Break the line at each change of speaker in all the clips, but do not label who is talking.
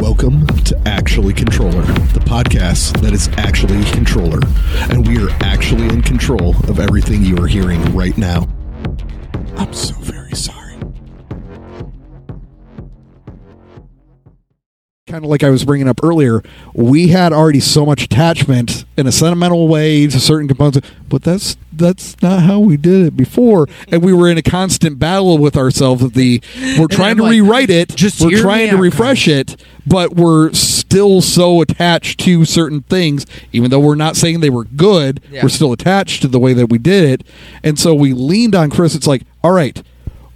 Welcome to Actually Controller, the podcast that is actually controller, and we are actually in control of everything you are hearing right now. I'm so very sorry. Kind of like I was bringing up earlier, we had already so much attachment in a sentimental way to certain components, but that's that's not how we did it before, and we were in a constant battle with ourselves. Of the we're trying to
I'm like,
rewrite it,
"Just
we're
hear me
trying to
out,
refresh it, but we're still so attached to certain things, even though we're not saying they were good.
Yeah.
We're still attached to the way that we did it, and so we leaned on Chris. It's like, all right,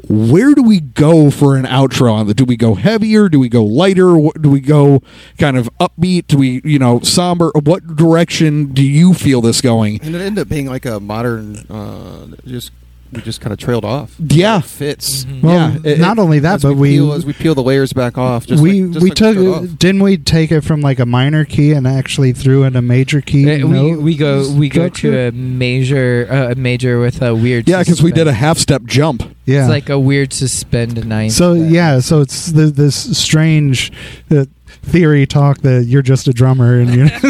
where do we go for an outro? On the do we go heavier? Do we go lighter? What, do we go kind of upbeat? Do we you know somber? What direction do you feel this going?
And it ended up being like a modern, uh, just we just kind of trailed off.
Yeah.
it fits.
Well,
Yeah, it-
not only that,
As we
but we
peel, as we peel the layers back off. Just
we
like, just
we
like
took
we showed off.
didn't we take it from like a minor key and actually threw in a major key?
Uh, we,
note
we go we go
structure?
to a major uh, a major with a weird
Yeah, because we did a
suspend.
half step jump.
yeah.
it's like a weird suspend ninth
so
that-
yeah, so it's the, this strange uh, theory talk that you're just a drummer and you.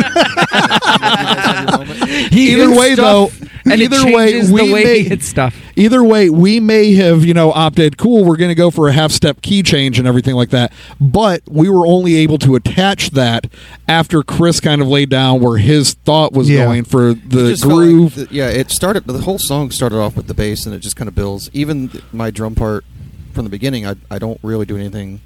He
Either
hits
way,
stuff,
though,
and
either
it
way,
changes
we
the way
may-
he hits stuff
Either way, we may have, you know, opted, cool, we're going to go for a half step key change and everything like that. But we were only able to attach that after Chris kind of laid down where his thought was
Yeah.
going for
It
the
just felt like
groove.
the- yeah, it started. The whole song started off with the bass, and it just kind of builds. Even th- my drum part from the beginning, I I don't really do anything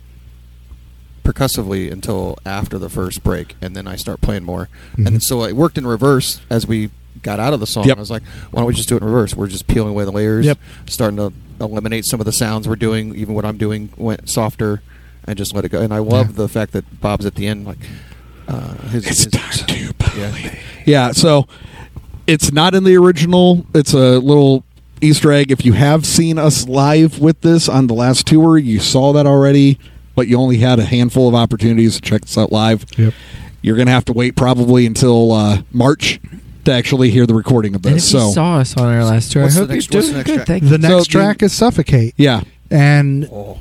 percussively until after the first break, and then I start playing more. And so it worked in reverse as we got out of the song.
Mm-hmm. Yep.
I was like, why don't we just do it in reverse? We're just peeling away the layers,
Yep.
starting to eliminate some of the sounds we're doing. Even what I'm doing went softer, and just let it go. And I love the fact that Bob's at the end, like. Uh, his, his-
to
yeah.
Yeah, so it's not in the original. It's a little Easter egg. If you have seen us live with this on the last tour, you saw that already, but you only had a handful of opportunities to check this out live.
Yep.
You're going to have to wait probably until uh, March to actually hear the recording of
and if
this. So,
you saw us on our last tour I
What's the
hope
next-
you're
what's the
doing
next
good
track?
thank
the
you.
next
the-
track is suffocate,
yeah.
and
Oh.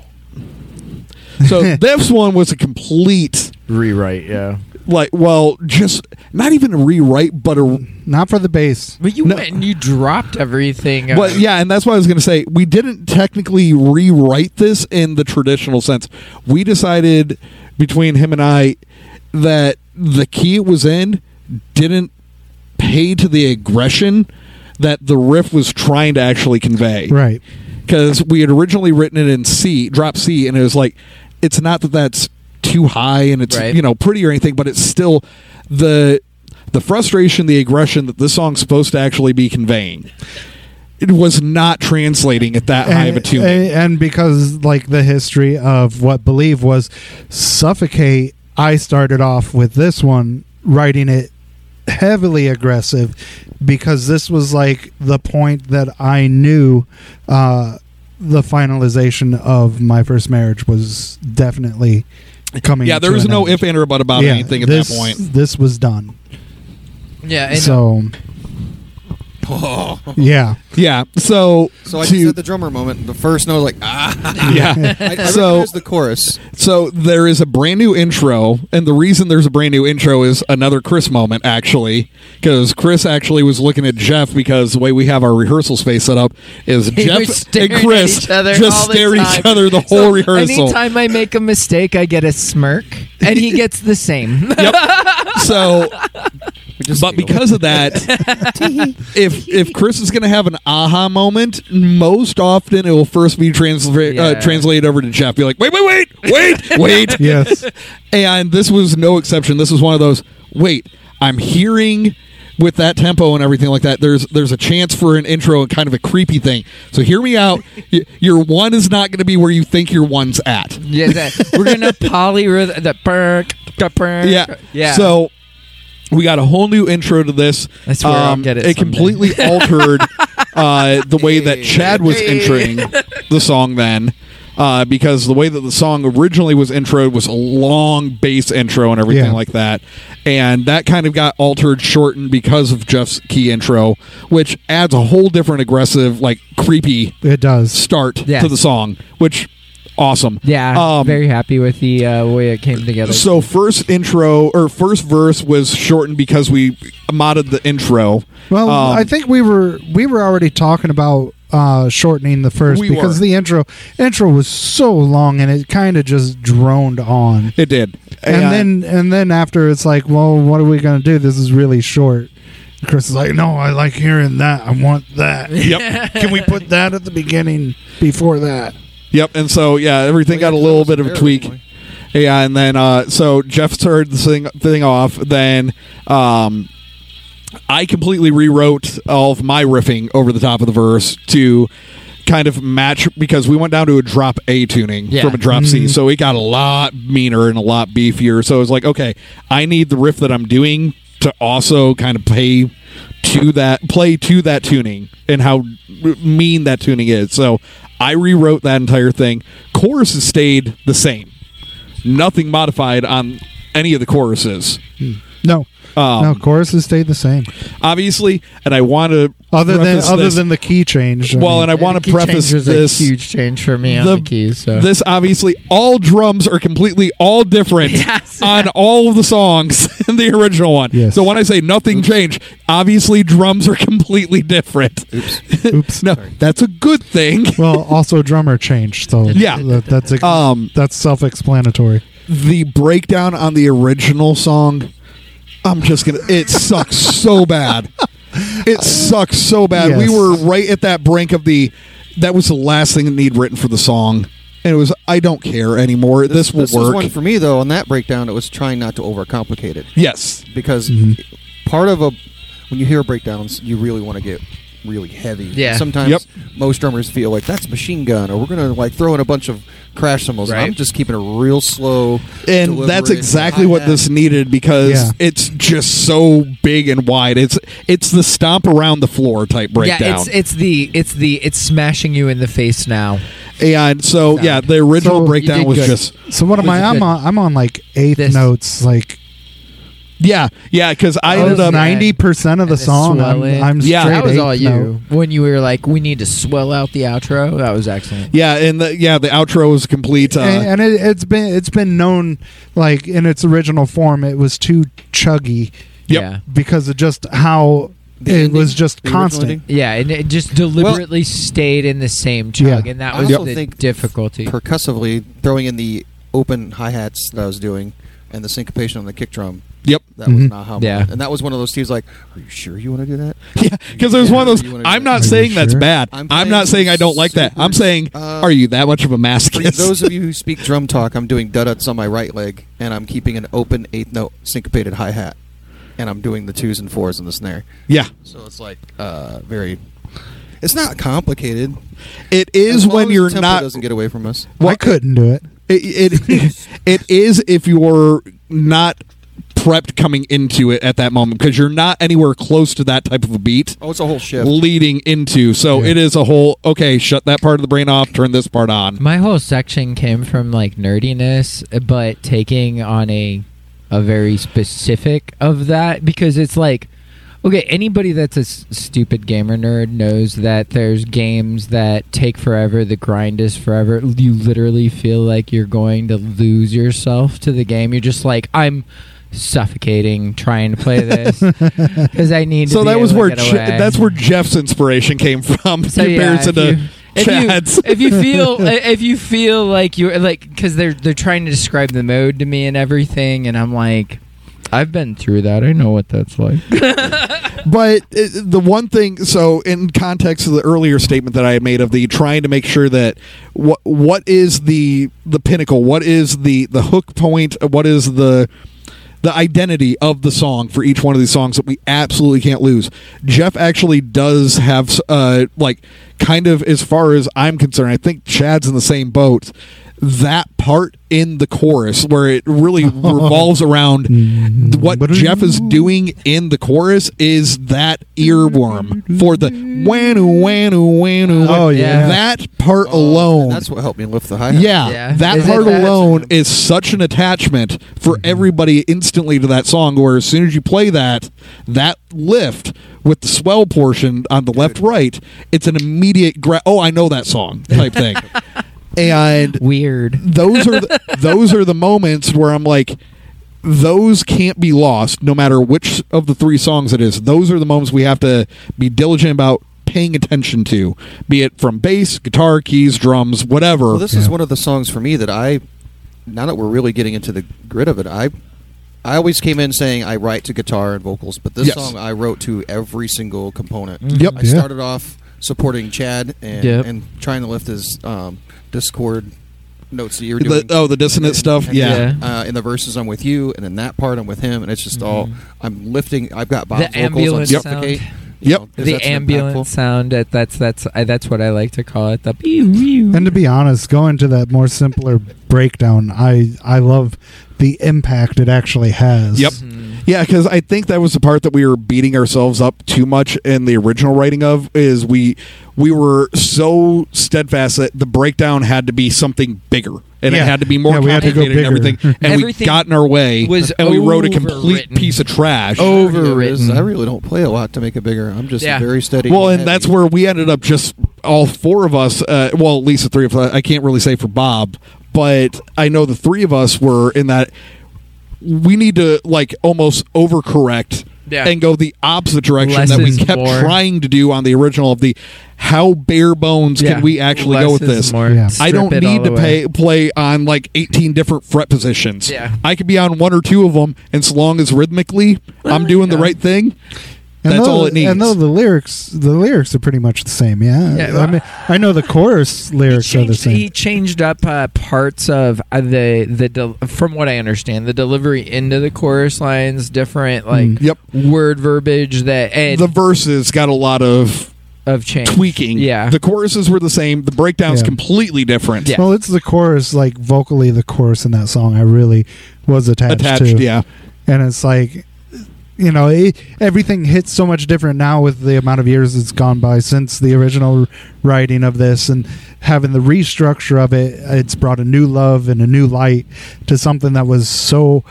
So this one was a complete
Rewrite, yeah.
like well just not even a rewrite but a
not for the bass.
but you
No.
went and you dropped everything uh,
Well, yeah, and that's what I was going to say. We didn't technically rewrite this in the traditional sense. We decided between him and I that the key it was in didn't pay to the aggression that the riff was trying to actually convey.
Right.
Because we had originally written it in C, drop C, and it was like, it's not that that's too high and it's
Right.
you know pretty or anything, but it's still the the frustration, the aggression that this song's supposed to actually be conveying. It was not translating at that high of
Eh,
a tune.
and- and because like the history of what believe was suffocate, I started off with this one writing it heavily aggressive because this was like the point that I knew uh, the finalization of my first marriage was definitely coming.
yeah, there
to
was
an
no
end.
if and or but about
Yeah,
anything at
this,
that point.
This was done.
yeah and
so yeah,
Yeah, so
So I
to-
just had the drummer moment. The first note, like ah.
yeah.
I, I
So-
so the chorus.
So there is a brand new intro, and the reason there's a brand new intro is another Chris moment, actually, because Chris actually was looking at Jeff because the way we have our rehearsal space set up is
They were
Jeff
staring
and
at
Chris
each other all
just
the
stare
time.
each other the
So
whole rehearsal.
Anytime I make a mistake, I get a smirk, and he gets the same.
So,
just
but
giggle.
because of that, if if Chris is going to have an aha moment, most often it will first be transla-
Yeah.
uh, translated over to Jeff. Be like, wait, wait, wait, wait, wait,
yes,
And this was no exception. This was one of those. Wait, I'm hearing with that tempo and everything like that. There's there's a chance for an intro and kind of a creepy thing. So hear me out. Y- your one is not going to be where you think your one's at.
yeah, that, we're gonna polyrhythm the perk, the perk.
Yeah.
yeah.
So we got a whole new intro to this. Um,
That's where I'll get it someday.
completely altered uh, the way that Chad was introing the song then. Uh, because the way that the song originally was introed was a long bass intro and everything
Yeah.
like that. And that kind of got altered, shortened because of Jeff's key intro, which adds a whole different aggressive, like creepy
it does.
start
Yeah.
to the song, which awesome.
Yeah,
Um,
very happy with the uh, way it came together.
So first intro or first verse was shortened because we modded the intro.
Well,
Um,
I think we were we were already talking about uh, shortening the first
We
because
were.
the intro intro was so long and it kind of just droned on.
it did.
And then and then after it's like, well, what are we gonna do? This is really short. Chris is like, no, I like hearing that. I want that.
Yep.
Can we put that at the beginning before that?
Yep, and so yeah, everything got a little bit of a tweak. Yeah, and then uh, so Jeff turned the thing thing off. Then um, I completely rewrote all of my riffing over the top of the verse to kind of match because we went down to a drop A tuning
Yeah.
from a drop C, so it got a lot meaner and a lot beefier. So it's like, okay, I need the riff that I'm doing to also kind of pay to that play to that tuning and how mean that tuning is. So I rewrote that entire thing. Chorus stayed the same nothing modified on any of the choruses.
No,
Um,
no, choruses stayed the same.
Obviously, and I want to
Other than
preface
other
this-
than the key change.
well, and I want to
Key
preface
change was
this
a huge change for me on
the-
the keys. So
This obviously, all drums are completely all different
Yes.
on all of the songs in the original one.
Yes.
So when I say nothing changed, obviously drums are completely different.
Oops.
oops.
No, that's a good thing.
well, also drummer change. So
Yeah.
that, that's ex-
Um,
that's self-explanatory.
the breakdown on the original song i'm just gonna it sucks so bad it sucks so bad we
Yes.
were right at that brink of the that was the last thing that need written for the song and it was i don't care anymore this, will
This was
work
one for me though. On that breakdown, it was trying not to overcomplicate it
yes
because
Mm-hmm.
part of a when you hear breakdowns, you really want to get really heavy.
Yeah.
Sometimes
Yep.
most drummers feel like that's machine gun, or we're gonna like throw in a bunch of crash cymbals.
Right.
I'm just keeping it real slow.
and that's
deliberate,
exactly what
hi-hat.
this needed because
Yeah.
it's just so big and wide it's it's the stomp around the floor type breakdown
yeah, it's it's the it's the it's smashing you in the face now.
and so
Sound.
yeah the original
So-
breakdown
You did
was
good.
just
So what am
Was
I?
it
I'm
good?
on, I'm on like eighth
This.
notes. Like
yeah yeah because i
Oh,
ended up
nice.
ninety percent of the
And the
song. I'm,
swelling.
I'm
Yeah.
straight
That
That was
eighth
all you
note.
when you were like, "We need to swell out the outro." That was excellent.
Yeah, and the, yeah, the outro is complete. Uh,
and and it, it's been it's been known like in its original form. It was too chuggy
Yep.
Yeah.
because of just how
The
it
ending,
was just
the original
constant.
ending?
Yeah, and it just deliberately stayed in the same chug,
Yeah.
and that
I
was
also
the
think
difficulty.
percussively throwing in the open hi hats that I was doing and the syncopation on the kick drum.
yep.
That was
Mhm.
not how.
Yeah.
And that was one of those Steve's like, "Are you sure you want to do that?"
Yeah, because there's one of those.
You wanna do
I'm
that?
not
Are
saying
you
that's
sure?
bad. I'm,
I'm
not
saying
saying I don't like that.
super-
I'm saying,
uh,
are you that much of a
For
masochist?
those of you who speak drum talk, I'm doing duduts on my right leg, and I'm keeping an open eighth note syncopated hi hat, and I'm doing the twos and fours on the snare.
yeah,
So it's like uh, very. It's not complicated.
it is
As long
when
as
you're
the tempo
not.
doesn't get away from us.
Well,
I couldn't do it.
It it, it is if you're not prepped coming into it at that moment because you're not anywhere close to that type of a beat.
Oh, it's a whole shift.
Leading into, so
Yeah.
it is a whole okay. Shut that part of the brain off. Turn this part on.
My whole section came from like nerdiness, but taking on a a very specific of that because it's like okay, anybody that's a s- stupid gamer nerd knows that there's games that take forever, the grind is forever. You literally feel like you're going to lose yourself to the game. You're just like I'm suffocating trying to play this because I need.
So
to be
that was
able
where
to
Je-
get away.
that's where Jeff's inspiration came from.
So, yeah,
compared to
if
the
you- if you-
Chad's.
if you feel if you feel like you're like because they're they're trying to describe the mode to me and everything and i'm like i've been through that i know what that's like
But uh, the one thing, so in context of the earlier statement that I had made of the trying to make sure that what what is the the pinnacle, what is the the hook point, what is the the identity of the song for each one of these songs that we absolutely can't lose. Jeff actually does have uh like kind of as far as I'm concerned, I think Chad's in the same boat. That part in the chorus where it really revolves around what Jeff is doing in the chorus is that earworm for the wanu wanu wanu.
Oh,
yeah.
that part
Oh, and
alone.
That's what helped me lift the hi hat.
yeah,
Yeah.
that
Is it
part
that-
alone is such an attachment for everybody instantly to that song. Where as soon as you play that, that lift with the swell portion on the left right, it's an immediate gra- oh I know that song type thing. and
Weird.
those are the, those are the moments where I'm like, those can't be lost, no matter which of the three songs it is. Those are the moments we have to be diligent about paying attention to, be it from bass, guitar, keys, drums, whatever.
Well, this
Yeah.
is one of the songs for me that I, now that we're really getting into the grit of it, I, I always came in saying I write to guitar and vocals, but this
Yes. Mm-hmm.
song I wrote to every single component.
Yep.
I
Yeah.
started off supporting Chad and,
Yep.
and trying to lift his um, Discord notes that you were
The-
doing.
oh, the dissonant
And-
stuff.
and
yeah.
Yeah.
Uh, in the verses, I'm with you, and in that part, I'm with him, and it's just all
Mhm.
Mm-hmm.
I'm lifting. I've got Bob's vocals
ambulance
on
Yep.
suffocate.
sound.
you
Yep.
know, 'cause
The
that's an impactful-
ambulance sound. At, that's that's I, that's what I like to call it. The pew, pew.
And to be honest, going to that more simpler breakdown, I I love the impact it actually has.
Yep.
Mhm.
Yeah, because I think that was the part that we were beating ourselves up too much in the original writing of is we we were so steadfast that the breakdown had to be something bigger and
Yeah.
it had to be more
Yeah, we had to go
complicated and
bigger.
everything, and we
Everything
got in our way
was
and we wrote a complete
overwritten.
piece of trash.
Oh,
Yeah, it is.
Overwritten.
I really don't play a lot to make it bigger. I'm just
Yeah.
very steady.
well, and
heavy.
that's where we ended up just all four of us. Uh, well, at least the three of us. I can't really say for Bob, but I know the three of us were in that. We need to like almost overcorrect
Yeah.
and go the opposite direction that we
Less is
kept
more.
trying to do on the original of the how bare bones
Yeah.
can we actually go
Less
with
is
this?
more.
Yeah.
I
Strip
don't
it all
need to
away.
pay, play on like 18 different fret positions.
Yeah.
I could be on one or two of them, and so long as rhythmically I'm doing the
yeah.
right thing,
And
that's
though-
all it needs.
And though the lyrics, the lyrics are pretty much the same. Yeah,
Yeah, well-
I mean, I know the chorus
He
lyrics are the
changed,
same.
he changed up uh, parts of uh, the the del- from what I understand the delivery into the chorus lines different like
Mm.
Yep.
word verbiage that and
the verses got a lot of
of change
tweaking.
yeah
The choruses were the same. The breakdown's
Yeah.
completely different.
Yeah.
Well, it's the chorus, like vocally, the chorus in that song. I really was attached,
Attached,
to.
yeah.
and it's like, you know, it, everything hits so much different now with the amount of years that's gone by since the original writing of this, and having the restructure of it. It's brought a new love and a new light to something that was so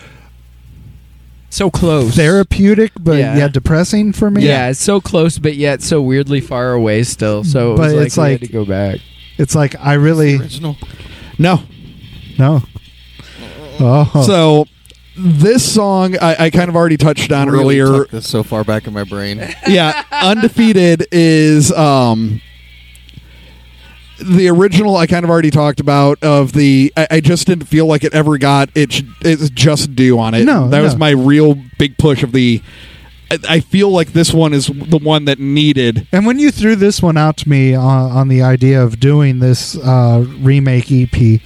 so close
therapeutic, but
Yeah.
yeah, depressing for me.
yeah, it's so close but yet so weirdly far away still so it
But
was
it's
like, we
like-
had to go back
It's like I really
original.
No.
no. Oh,
So this song I, I kind of already touched on
Really
earlier.
tucked this so far back in my brain.
yeah, undefeated is um the original I kind of already talked about of the I, I just didn't feel like it ever got it sh- it's just due on it.
No,
that
no.
was my real big push of the I, I feel like this one is the one that needed
And when you threw this one out to me on, on the idea of doing this uh, remake EP,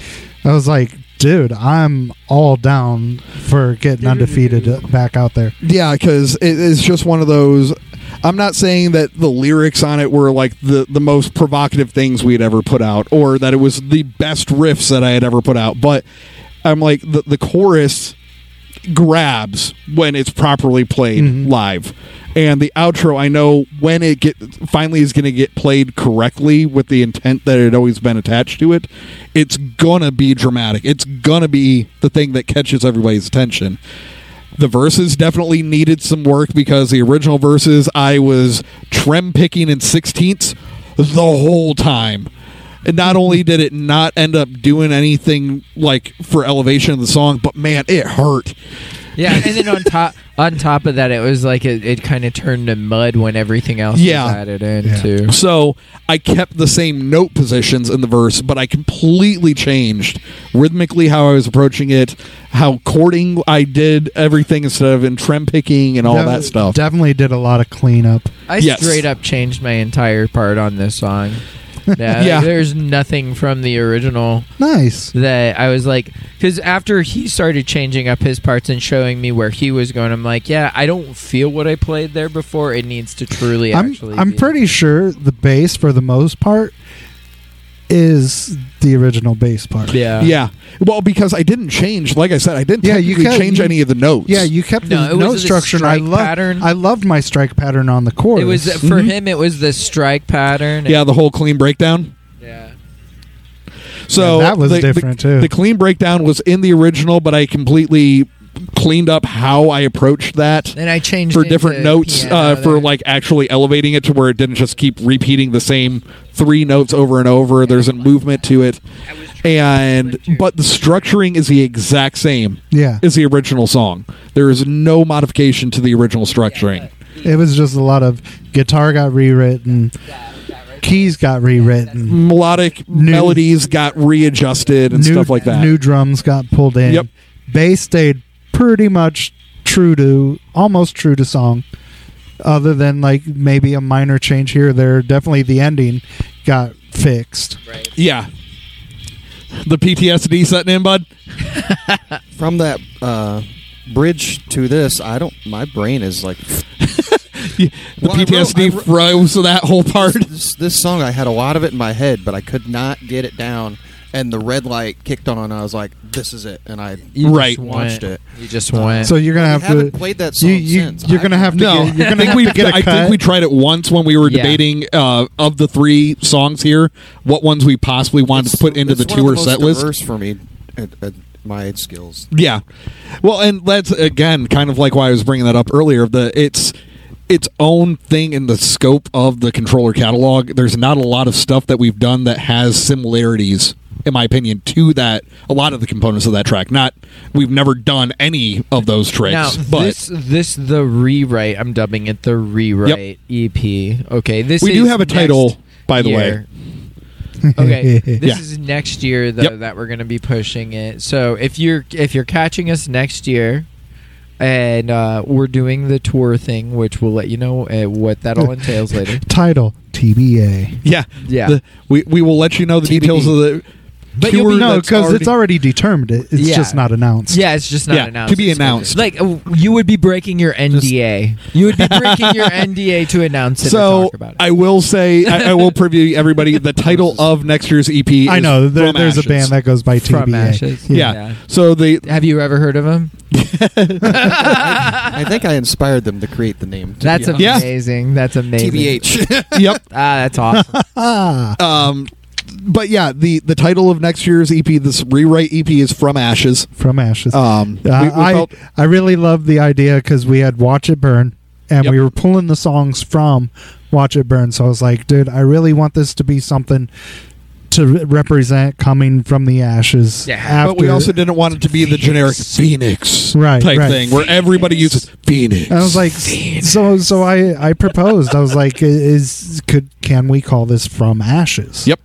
I was like, dude, I'm all down for getting undefeated back out there.
Yeah, because it is just one of those. I'm not saying that the lyrics on it were like the, the most provocative things we'd ever put out, or that it was the best riffs that I had ever put out, but I'm like the the chorus grabs when it's properly played
Mhm.
live, and the outro I know when it get finally is going to get played correctly with the intent that it had always been attached to it. It's gonna be dramatic. It's gonna be the thing that catches everybody's attention the verses definitely needed some work because the original verses I was trem picking in sixteenths the whole time. And not only did it not end up doing anything like for elevation of the song, but man, it hurt.
yeah and then on top on top of that it was like it, it kind of turned to mud when everything else
Yeah.
was added in
Yeah.
too
So I kept the same note positions in the verse, but I completely changed rhythmically how I was approaching it, how chording I did everything instead of in trem picking and all
Def-
that stuff.
Definitely did a lot of cleanup.
I
Yes.
straight up changed my entire part on this song. Yeah, like,
Yeah.
there's nothing from the original
Nice.
that I was like, because after he started changing up his parts and showing me where he was going, I'm like, yeah, I don't feel what I played there before. It needs to truly
I'm,
actually.
I'm
be-
pretty sure the bass, for the most part, is the original bass part.
Yeah.
Yeah. Well, because I didn't change. Like I said, I didn't
Yeah, you
technically
can't-
change
you-
any of the notes.
Yeah, you kept
No,
the
it was
note
the
structure. and I
strike
love.
pattern.
I loved my strike pattern on the chorus.
It was uh, for him. It was the strike pattern. and-
yeah, the whole clean breakdown.
yeah.
So
Yeah, that was
the,
different,
the,
too.
The clean breakdown was in the original, but I completely cleaned up how I approached that
And I changed
for
it
different
to
notes
piano
uh, for
there.
like actually elevating it to where it didn't just keep repeating the same three notes over and over. There's a movement to it, and but the structuring is the exact same
Yeah.
as the original song. There is no modification to the original structuring.
It was just a lot of guitar got rewritten, keys got rewritten,
Melodic melodies got readjusted and
new,
stuff like that.
New drums got pulled in.
Yep.
Bass stayed pretty much true to almost true to song, other than like maybe a minor change here or there. Definitely the ending got fixed.
yeah. The PTSD setting in, bud.
From that uh, bridge to this, I don't. My brain is like
The
Well, I wrote-
PTSD
I wrote-
froze that whole part.
this, this song. I had a lot of it in my head, but I could not get it down. And the red light kicked on, and I was like, "This is it." And I
You Right. just
watched it.
You just went.
So you're gonna
We
have
haven't
to
played that
you,
song
you,
since.
You're gonna
I-
have to.
No,
get, you're
I
gonna
think
have
we
to get a
I
cut.
think we tried it once when we were
Yeah.
debating uh, of the three songs here, what ones we possibly wanted to
It's-
put into
it's
the
one of
tour
most
set list.
diverse for me, at, at my skills.
Yeah, well, and that's again kind of like why I was bringing that up earlier. The it's its own thing in the scope of the controller catalog. There's not a lot of stuff that we've done that has similarities, in my opinion, to that. A lot of the components of that track. Not we've never done any of those
now
tricks, but
this this the rewrite. I'm dubbing it the rewrite EP. Okay, this
we do
is
have a
next
title, by the way.
year. okay this
Yeah.
is next year though
Yep.
that we're going to be pushing it so if you're if you're catching us next year and uh, we're doing the tour thing which we'll let you know uh, what that all entails later
title TBA.
Yeah,
Yeah.
The- we we will let you know the
TBD.
details of the.
But
tour
you'll be-
No,
that's
because it's already determined. It, it's
Yeah.
just not announced.
yeah it's just not
Yeah,
announced
to be
It's gonna-
announced.
like uh, you would be breaking your nda you would be breaking your nda to announce it and
So
talk about it
I will say I, I will preview everybody the title of next year's EP. Is
I know. There,
From
there's a
Ashes.
band that goes by
From
TBA.
Ashes.
Yeah.
Yeah.
So the
have you ever heard of him
I think I inspired them to create the name. to
that's
be
Yeah.
amazing that's amazing
TBH.
yep.
ah that's awesome
Ah,
Um, but yeah, the the title of next year's EP, this rewrite EP, is From Ashes.
from Ashes.
Um, we- we
Uh,
felt-
I I really love the idea because we had Watch It Burn, and
Yep.
we were pulling the songs from Watch It Burn. So I was like, dude, I really want this to be something to re- represent coming from the ashes.
Yeah,
but we also didn't want it to be the generic Phoenix
Right,
type
right.
thing where everybody uses Phoenix.
I was like, so so I I proposed. I was like, is could can we call this from ashes?
Yep.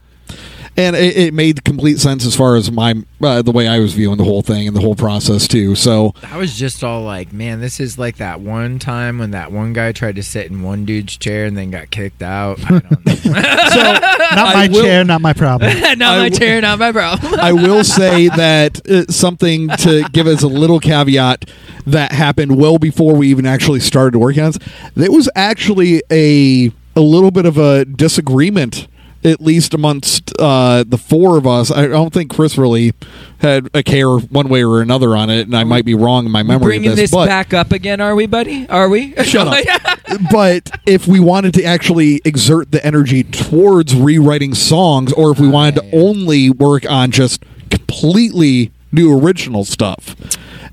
and it, it made complete sense as far as my uh, the way I was viewing the whole thing and the whole process too. So
I was just all like, man, this is like that one time when that one guy tried to sit in one dude's chair and then got kicked out. I don't know.
Not
I
my
will-
chair, not my problem.
not
I
my
w-
chair, not my bro.
I will say that uh, something to give us a little caveat that happened well before we even actually started working on this. There was actually a a little bit of a disagreement, at least amongst uh, the four of us. I don't think Chris really had a care one way or another on it, and I might be wrong in my memory of
Bringing
this.
this
but
back up again, are we, buddy? Are we?
Shut up. but if we wanted to actually exert the energy towards rewriting songs, or if we wanted to
yeah.
only work on just completely new original stuff,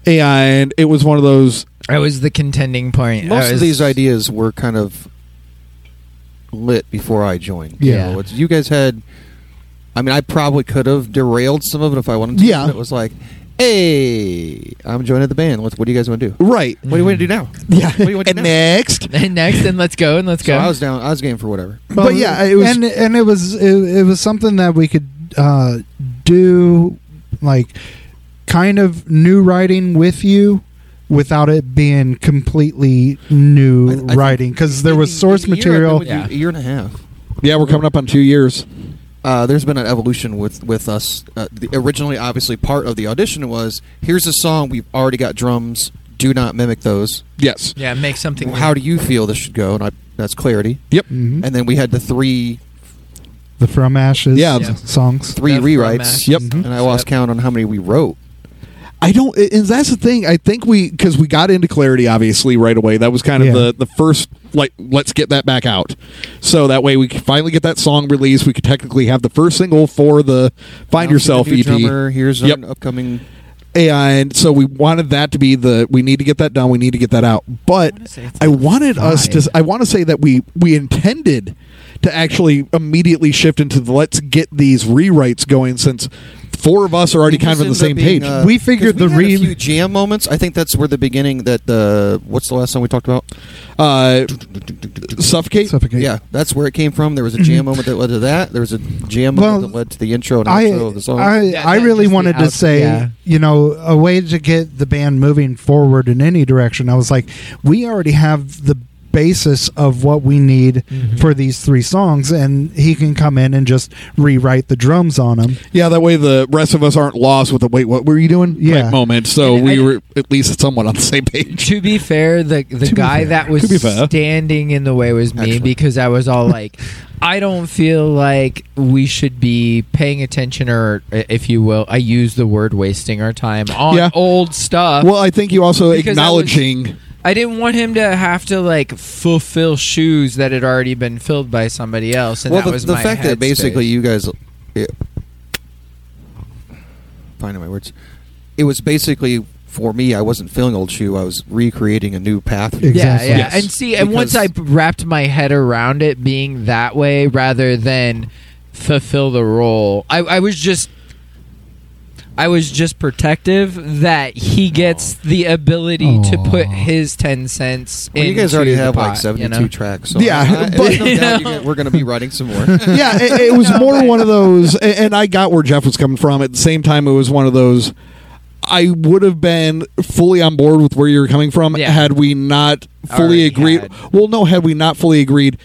and it was one of those.
I was the contending point. I
Most of
was-
these ideas were kind of lit before I joined. You
Yeah.
know, it's- you guys had. I mean, I probably could have derailed some of it if I wanted to.
Yeah.
but It was like, hey, I'm joining the band. Let's, what do you guys want to do?
Right.
What do you want to do now?
Yeah.
What do you want to
and
do now?
next.
And next, and let's go, and let's
So
go.
I was down. I was game for whatever.
But yeah, it was-
and and it was it, it was something that we could uh, do like kind of new writing with you without it being completely new
I- I
writing.
think
'Cause writing because there
In
was
the-
source
in the year I've been
material.
with you,
Yeah.
A year and a half.
Yeah, we're coming up on two years.
uh, there's been an evolution with with us. Uh, the, originally, obviously, part of the audition was here's a song we've already got drums. Do not mimic those.
Yes.
yeah, make something.
How do you feel this should go? And I, that's clarity.
Yep.
Mhm.
And then we had the three
the From Ashes
Yeah.
Yeah.
songs.
three
That from
rewrites.
Ashes
Yep.
songs.
And I lost
Yep.
count on how many we wrote.
I don't, and that's the thing. I think we because we got into clarity obviously right away. That was kind of
Yeah.
the the first like let's get that back out, so that way we could finally get that song released. We could technically have the first single for the Find
Announcing
Yourself
the new
EP.
Drummer, here's uh,
Yep.
an upcoming
and so we wanted that to be the we need to get that done we need to get that out but i wanted us to i want to say that we we intended to actually immediately shift into the let's get these rewrites going since four of us are already
It
kind of
just
on the
ended up
same
being,
page
uh,
We figured
'cause we
the
had
re-
a few jam moments. I think that's where the beginning that the what's the last song we talked about?
uh, suffocate
Suffocate.
Yeah, that's where it came from. There was a jam moment that led to that. There was a jam
Well,
moment that led to the intro and
I
outro of the song.
I,
Yeah,
I
not
really
just the
wanted to
out-
say,
yeah.
you know, a way to get the band moving forward in any direction. I was like, we already have the basis of what we need
Mhm.
for these three songs, and he can come in and just rewrite the drums on them.
yeah that way the rest of us aren't lost with the wait what were you doing
Yeah.
type moment so
And
we
I-
were at least somewhat on the same page
To be fair, the the
To be
guy
fair.
that
To be
was
fair.
standing in the way was me
Actually.
because I was all like, I don't feel like we should be paying attention or, uh, if you will, I use the word wasting our time on
Yeah.
old stuff.
well i think you also
Because I was-
acknowledging
I didn't want him to have to like fulfill shoes that had already been filled by somebody else, and
well,
that
the,
was
the
my
fact
headspace.
that basically you guys, it, finding my words, it was basically for me. I wasn't feeling old shoe. I was recreating a new path.
Exactly.
Yeah, yeah.
Yes.
And see, and once I
Because-
wrapped my head around it being that way rather than fulfill the role, I, I was just. I was just protective that he gets the ability to
Aw.
put his ten cents.
Well,
in.
you guys already have like
pot, you
seventy-two
know?
tracks. So
Yeah,
I- I-
but-
there's no
You
doubt
know?
you get- we're going to be writing some more.
yeah, it, it was more one of those, and, and I got where Jeff was coming from. At the same time, it was one of those. I would have been fully on board with where you were coming from
Yeah.
had we not fully
Already
agreed.
had.
Well, no, had we not fully agreed,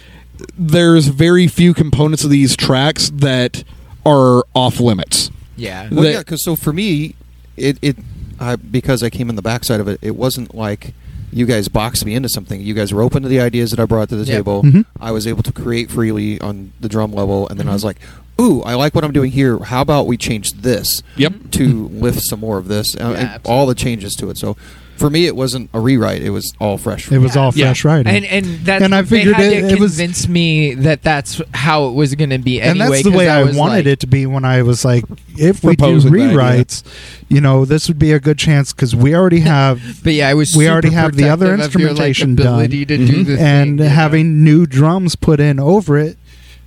there's very few components of these tracks that are off limits.
Yeah.
Well,
that-
yeah, because so for me, it it I, because I came in the backside of it, it wasn't like you guys boxed me into something. You guys were open to the ideas that I brought to the
Yeah.
table.
Mhm.
I was able to create freely on the drum level, and then I was like,
Mm-hmm.
"Ooh, I like what I'm doing here. How about we change this
Yep.
to lift some more of this?" Uh,
Yeah,
and all the changes to it. So for me, it wasn't a rewrite; it was all fresh. for
It
me.
was all
Yeah.
fresh writing.
And and that
And I figured
they had
it-
to
it was-
convince me that that's how it was going to be anyway.
and that's the
'cause
way I
was
wanted
like-
it to be when I was like, if we do
Proposing the idea.
rewrites, you know, this would be a good chance because we already have,
But yeah, I was.
We
super
already have the other
protective of your, like,
instrumentation done.
ability to do
Mm-hmm.
Mhm.
the
and
thing, you know?
having new drums put in over it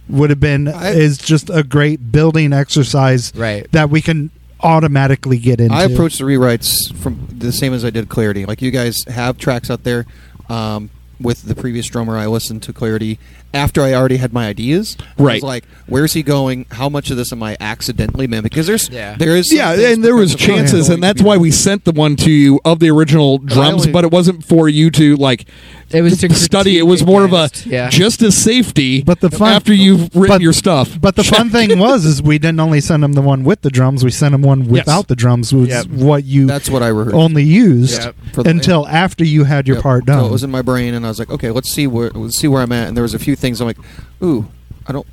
would have been
I-
is just a great building exercise
right.
that we can automatically get into.
I approach the rewrites from the same as I did Clarity. Like you guys have tracks out there. Um, with the previous drummer, I listened to Clarity after I already had my ideas. I
Right.
was like, where's he going? How much of this am I accidentally mimicking? Because there's
Yeah.
there is some
Yeah,
things
and there was
because of-
chances, and that's why we sent the one to you of the original drums,
only-
but it wasn't for you to like
It was to
study. It
critique
was more of a
against, yeah.
just as safety.
But the fun-
after you've written
but-
your stuff,
But the fun thing was is we didn't only send them the one with the drums, we sent them one without the drums, which
Yep.
is what you
That's what I rehearsed.
only used
Yep.
For the-
until after you had your
Yep.
part
So
done.
it was in my brain, and I was like, okay, let's see where let's see where I'm at. And there was a few things I'm like, ooh, I don't,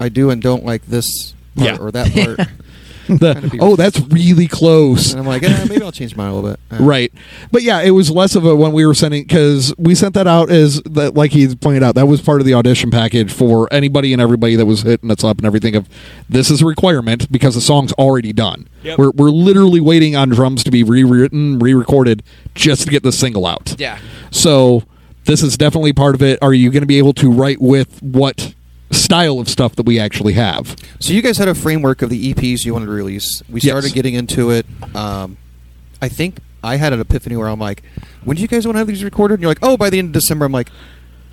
I do and don't like this part
Yeah.
or that part.
The- oh, that's really close.
and I'm like, eh, maybe I'll change mine a little bit. Eh.
Right, but yeah, it was less of a when we were sending because we sent that out as that, like he pointed out, that was part of the audition package for anybody and everybody that was hitting us up and everything. Of this is a requirement because the song's already done.
Yep.
We're we're literally waiting on drums to be rewritten, re-recorded, just to get the single out.
Yeah.
So this is definitely part of it. Are you going to be able to write with what style of stuff that we actually have?
So you guys had a framework of the EPs you wanted to release. We
Yes.
started getting into it. Um, I think I had an epiphany where I'm like, when do you guys want to have these recorded? And you're like, oh, by the end of December. I'm like,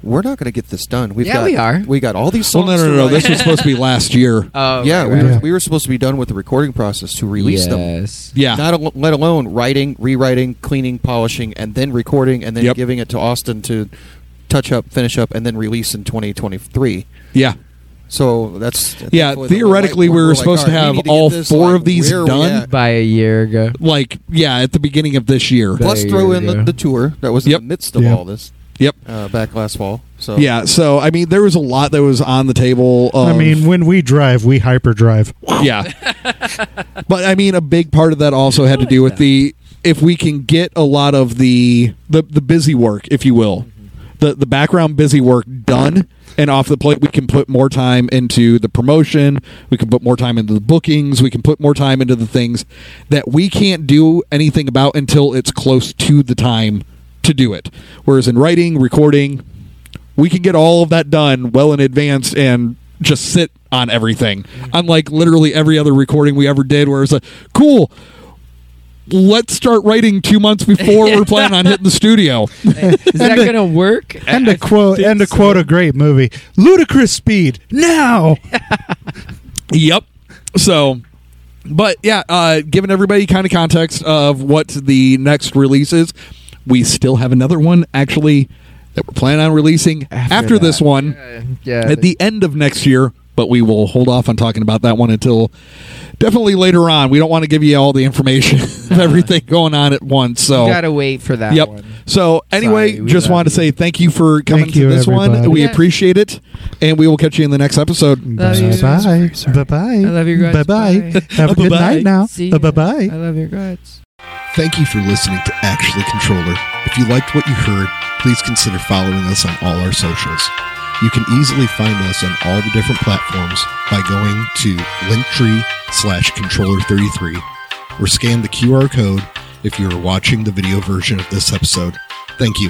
we're not going to get this done. We've
Yeah,
got,
we are.
We got all these
Well,
songs.
no, no,
to
no. no.
write.
This was supposed to be last year.
Oh,
yeah,
right,
we,
right.
Yeah.
Were, we were supposed to be done with the recording process to release them.
yes.
yeah,
Not al- let alone writing, rewriting, cleaning, polishing, and then recording, and then
Yep.
giving it to Austin to touch up, finish up, and then release in 2023.
yeah.
So that's
Yeah,
hopefully the
theoretically,
light
we
bulb.
were
like,
supposed to
all right, we
have
need
all
get this,
four
like,
of these
where are we
done.
at?
By a year ago.
Like yeah, at the beginning of this year.
But-
Plus,
There
throw
you
in the,
go.
the tour that was in
Yep.
the midst of
Yeah.
all this
Yep.
uh, back last fall. So
Yeah, so I mean, there was a lot that was on the table. Of,
I mean, when we drive, we hyperdrive.
yeah. but I mean, a big part of that also had to do with the if we can get a lot of the the, the busy work, if you will, the the background busy work done. and off the plate we can put more time into the promotion we can put more time into the bookings we can put more time into the things that we can't do anything about until it's close to the time to do it whereas in writing recording we can get all of that done well in advance and just sit on everything unlike literally every other recording we ever did where it's like cool let's start writing two months before we're planning on hitting the studio
Is that
the-
going to work?
And
I-
to quote,
think
and to quote a great movie, ludicrous speed now.
Yep. So, but yeah, uh, giving everybody kind of context of what the next release is, we still have another one actually that we're planning on releasing after, this
that.
one
Yeah, yeah,
at the end of next year. But we will hold off on talking about that one until definitely later on. We don't want to give you all the information of everything going on at once. So.
you got to wait for that
Yep.
one.
So anyway,
Sorry, we
just
love
wanted to say
you.
thank you for coming
Thank
to
you,
this
everybody.
one. We
Yeah.
appreciate it, and we will catch you in the next episode.
Love you.
Bye bye. Bye bye.
I love you guys.
Bye bye.
Bye.
Have a good
Bye-bye.
night now.
See ya.
Bye bye.
I love your guts.
Thank you for listening to Actually Controller. If you liked what you heard, please consider following us on all our socials. You can easily find us on all the different platforms by going to linktree slash controller33 or scan the QR code if you are watching the video version of this episode. Thank you.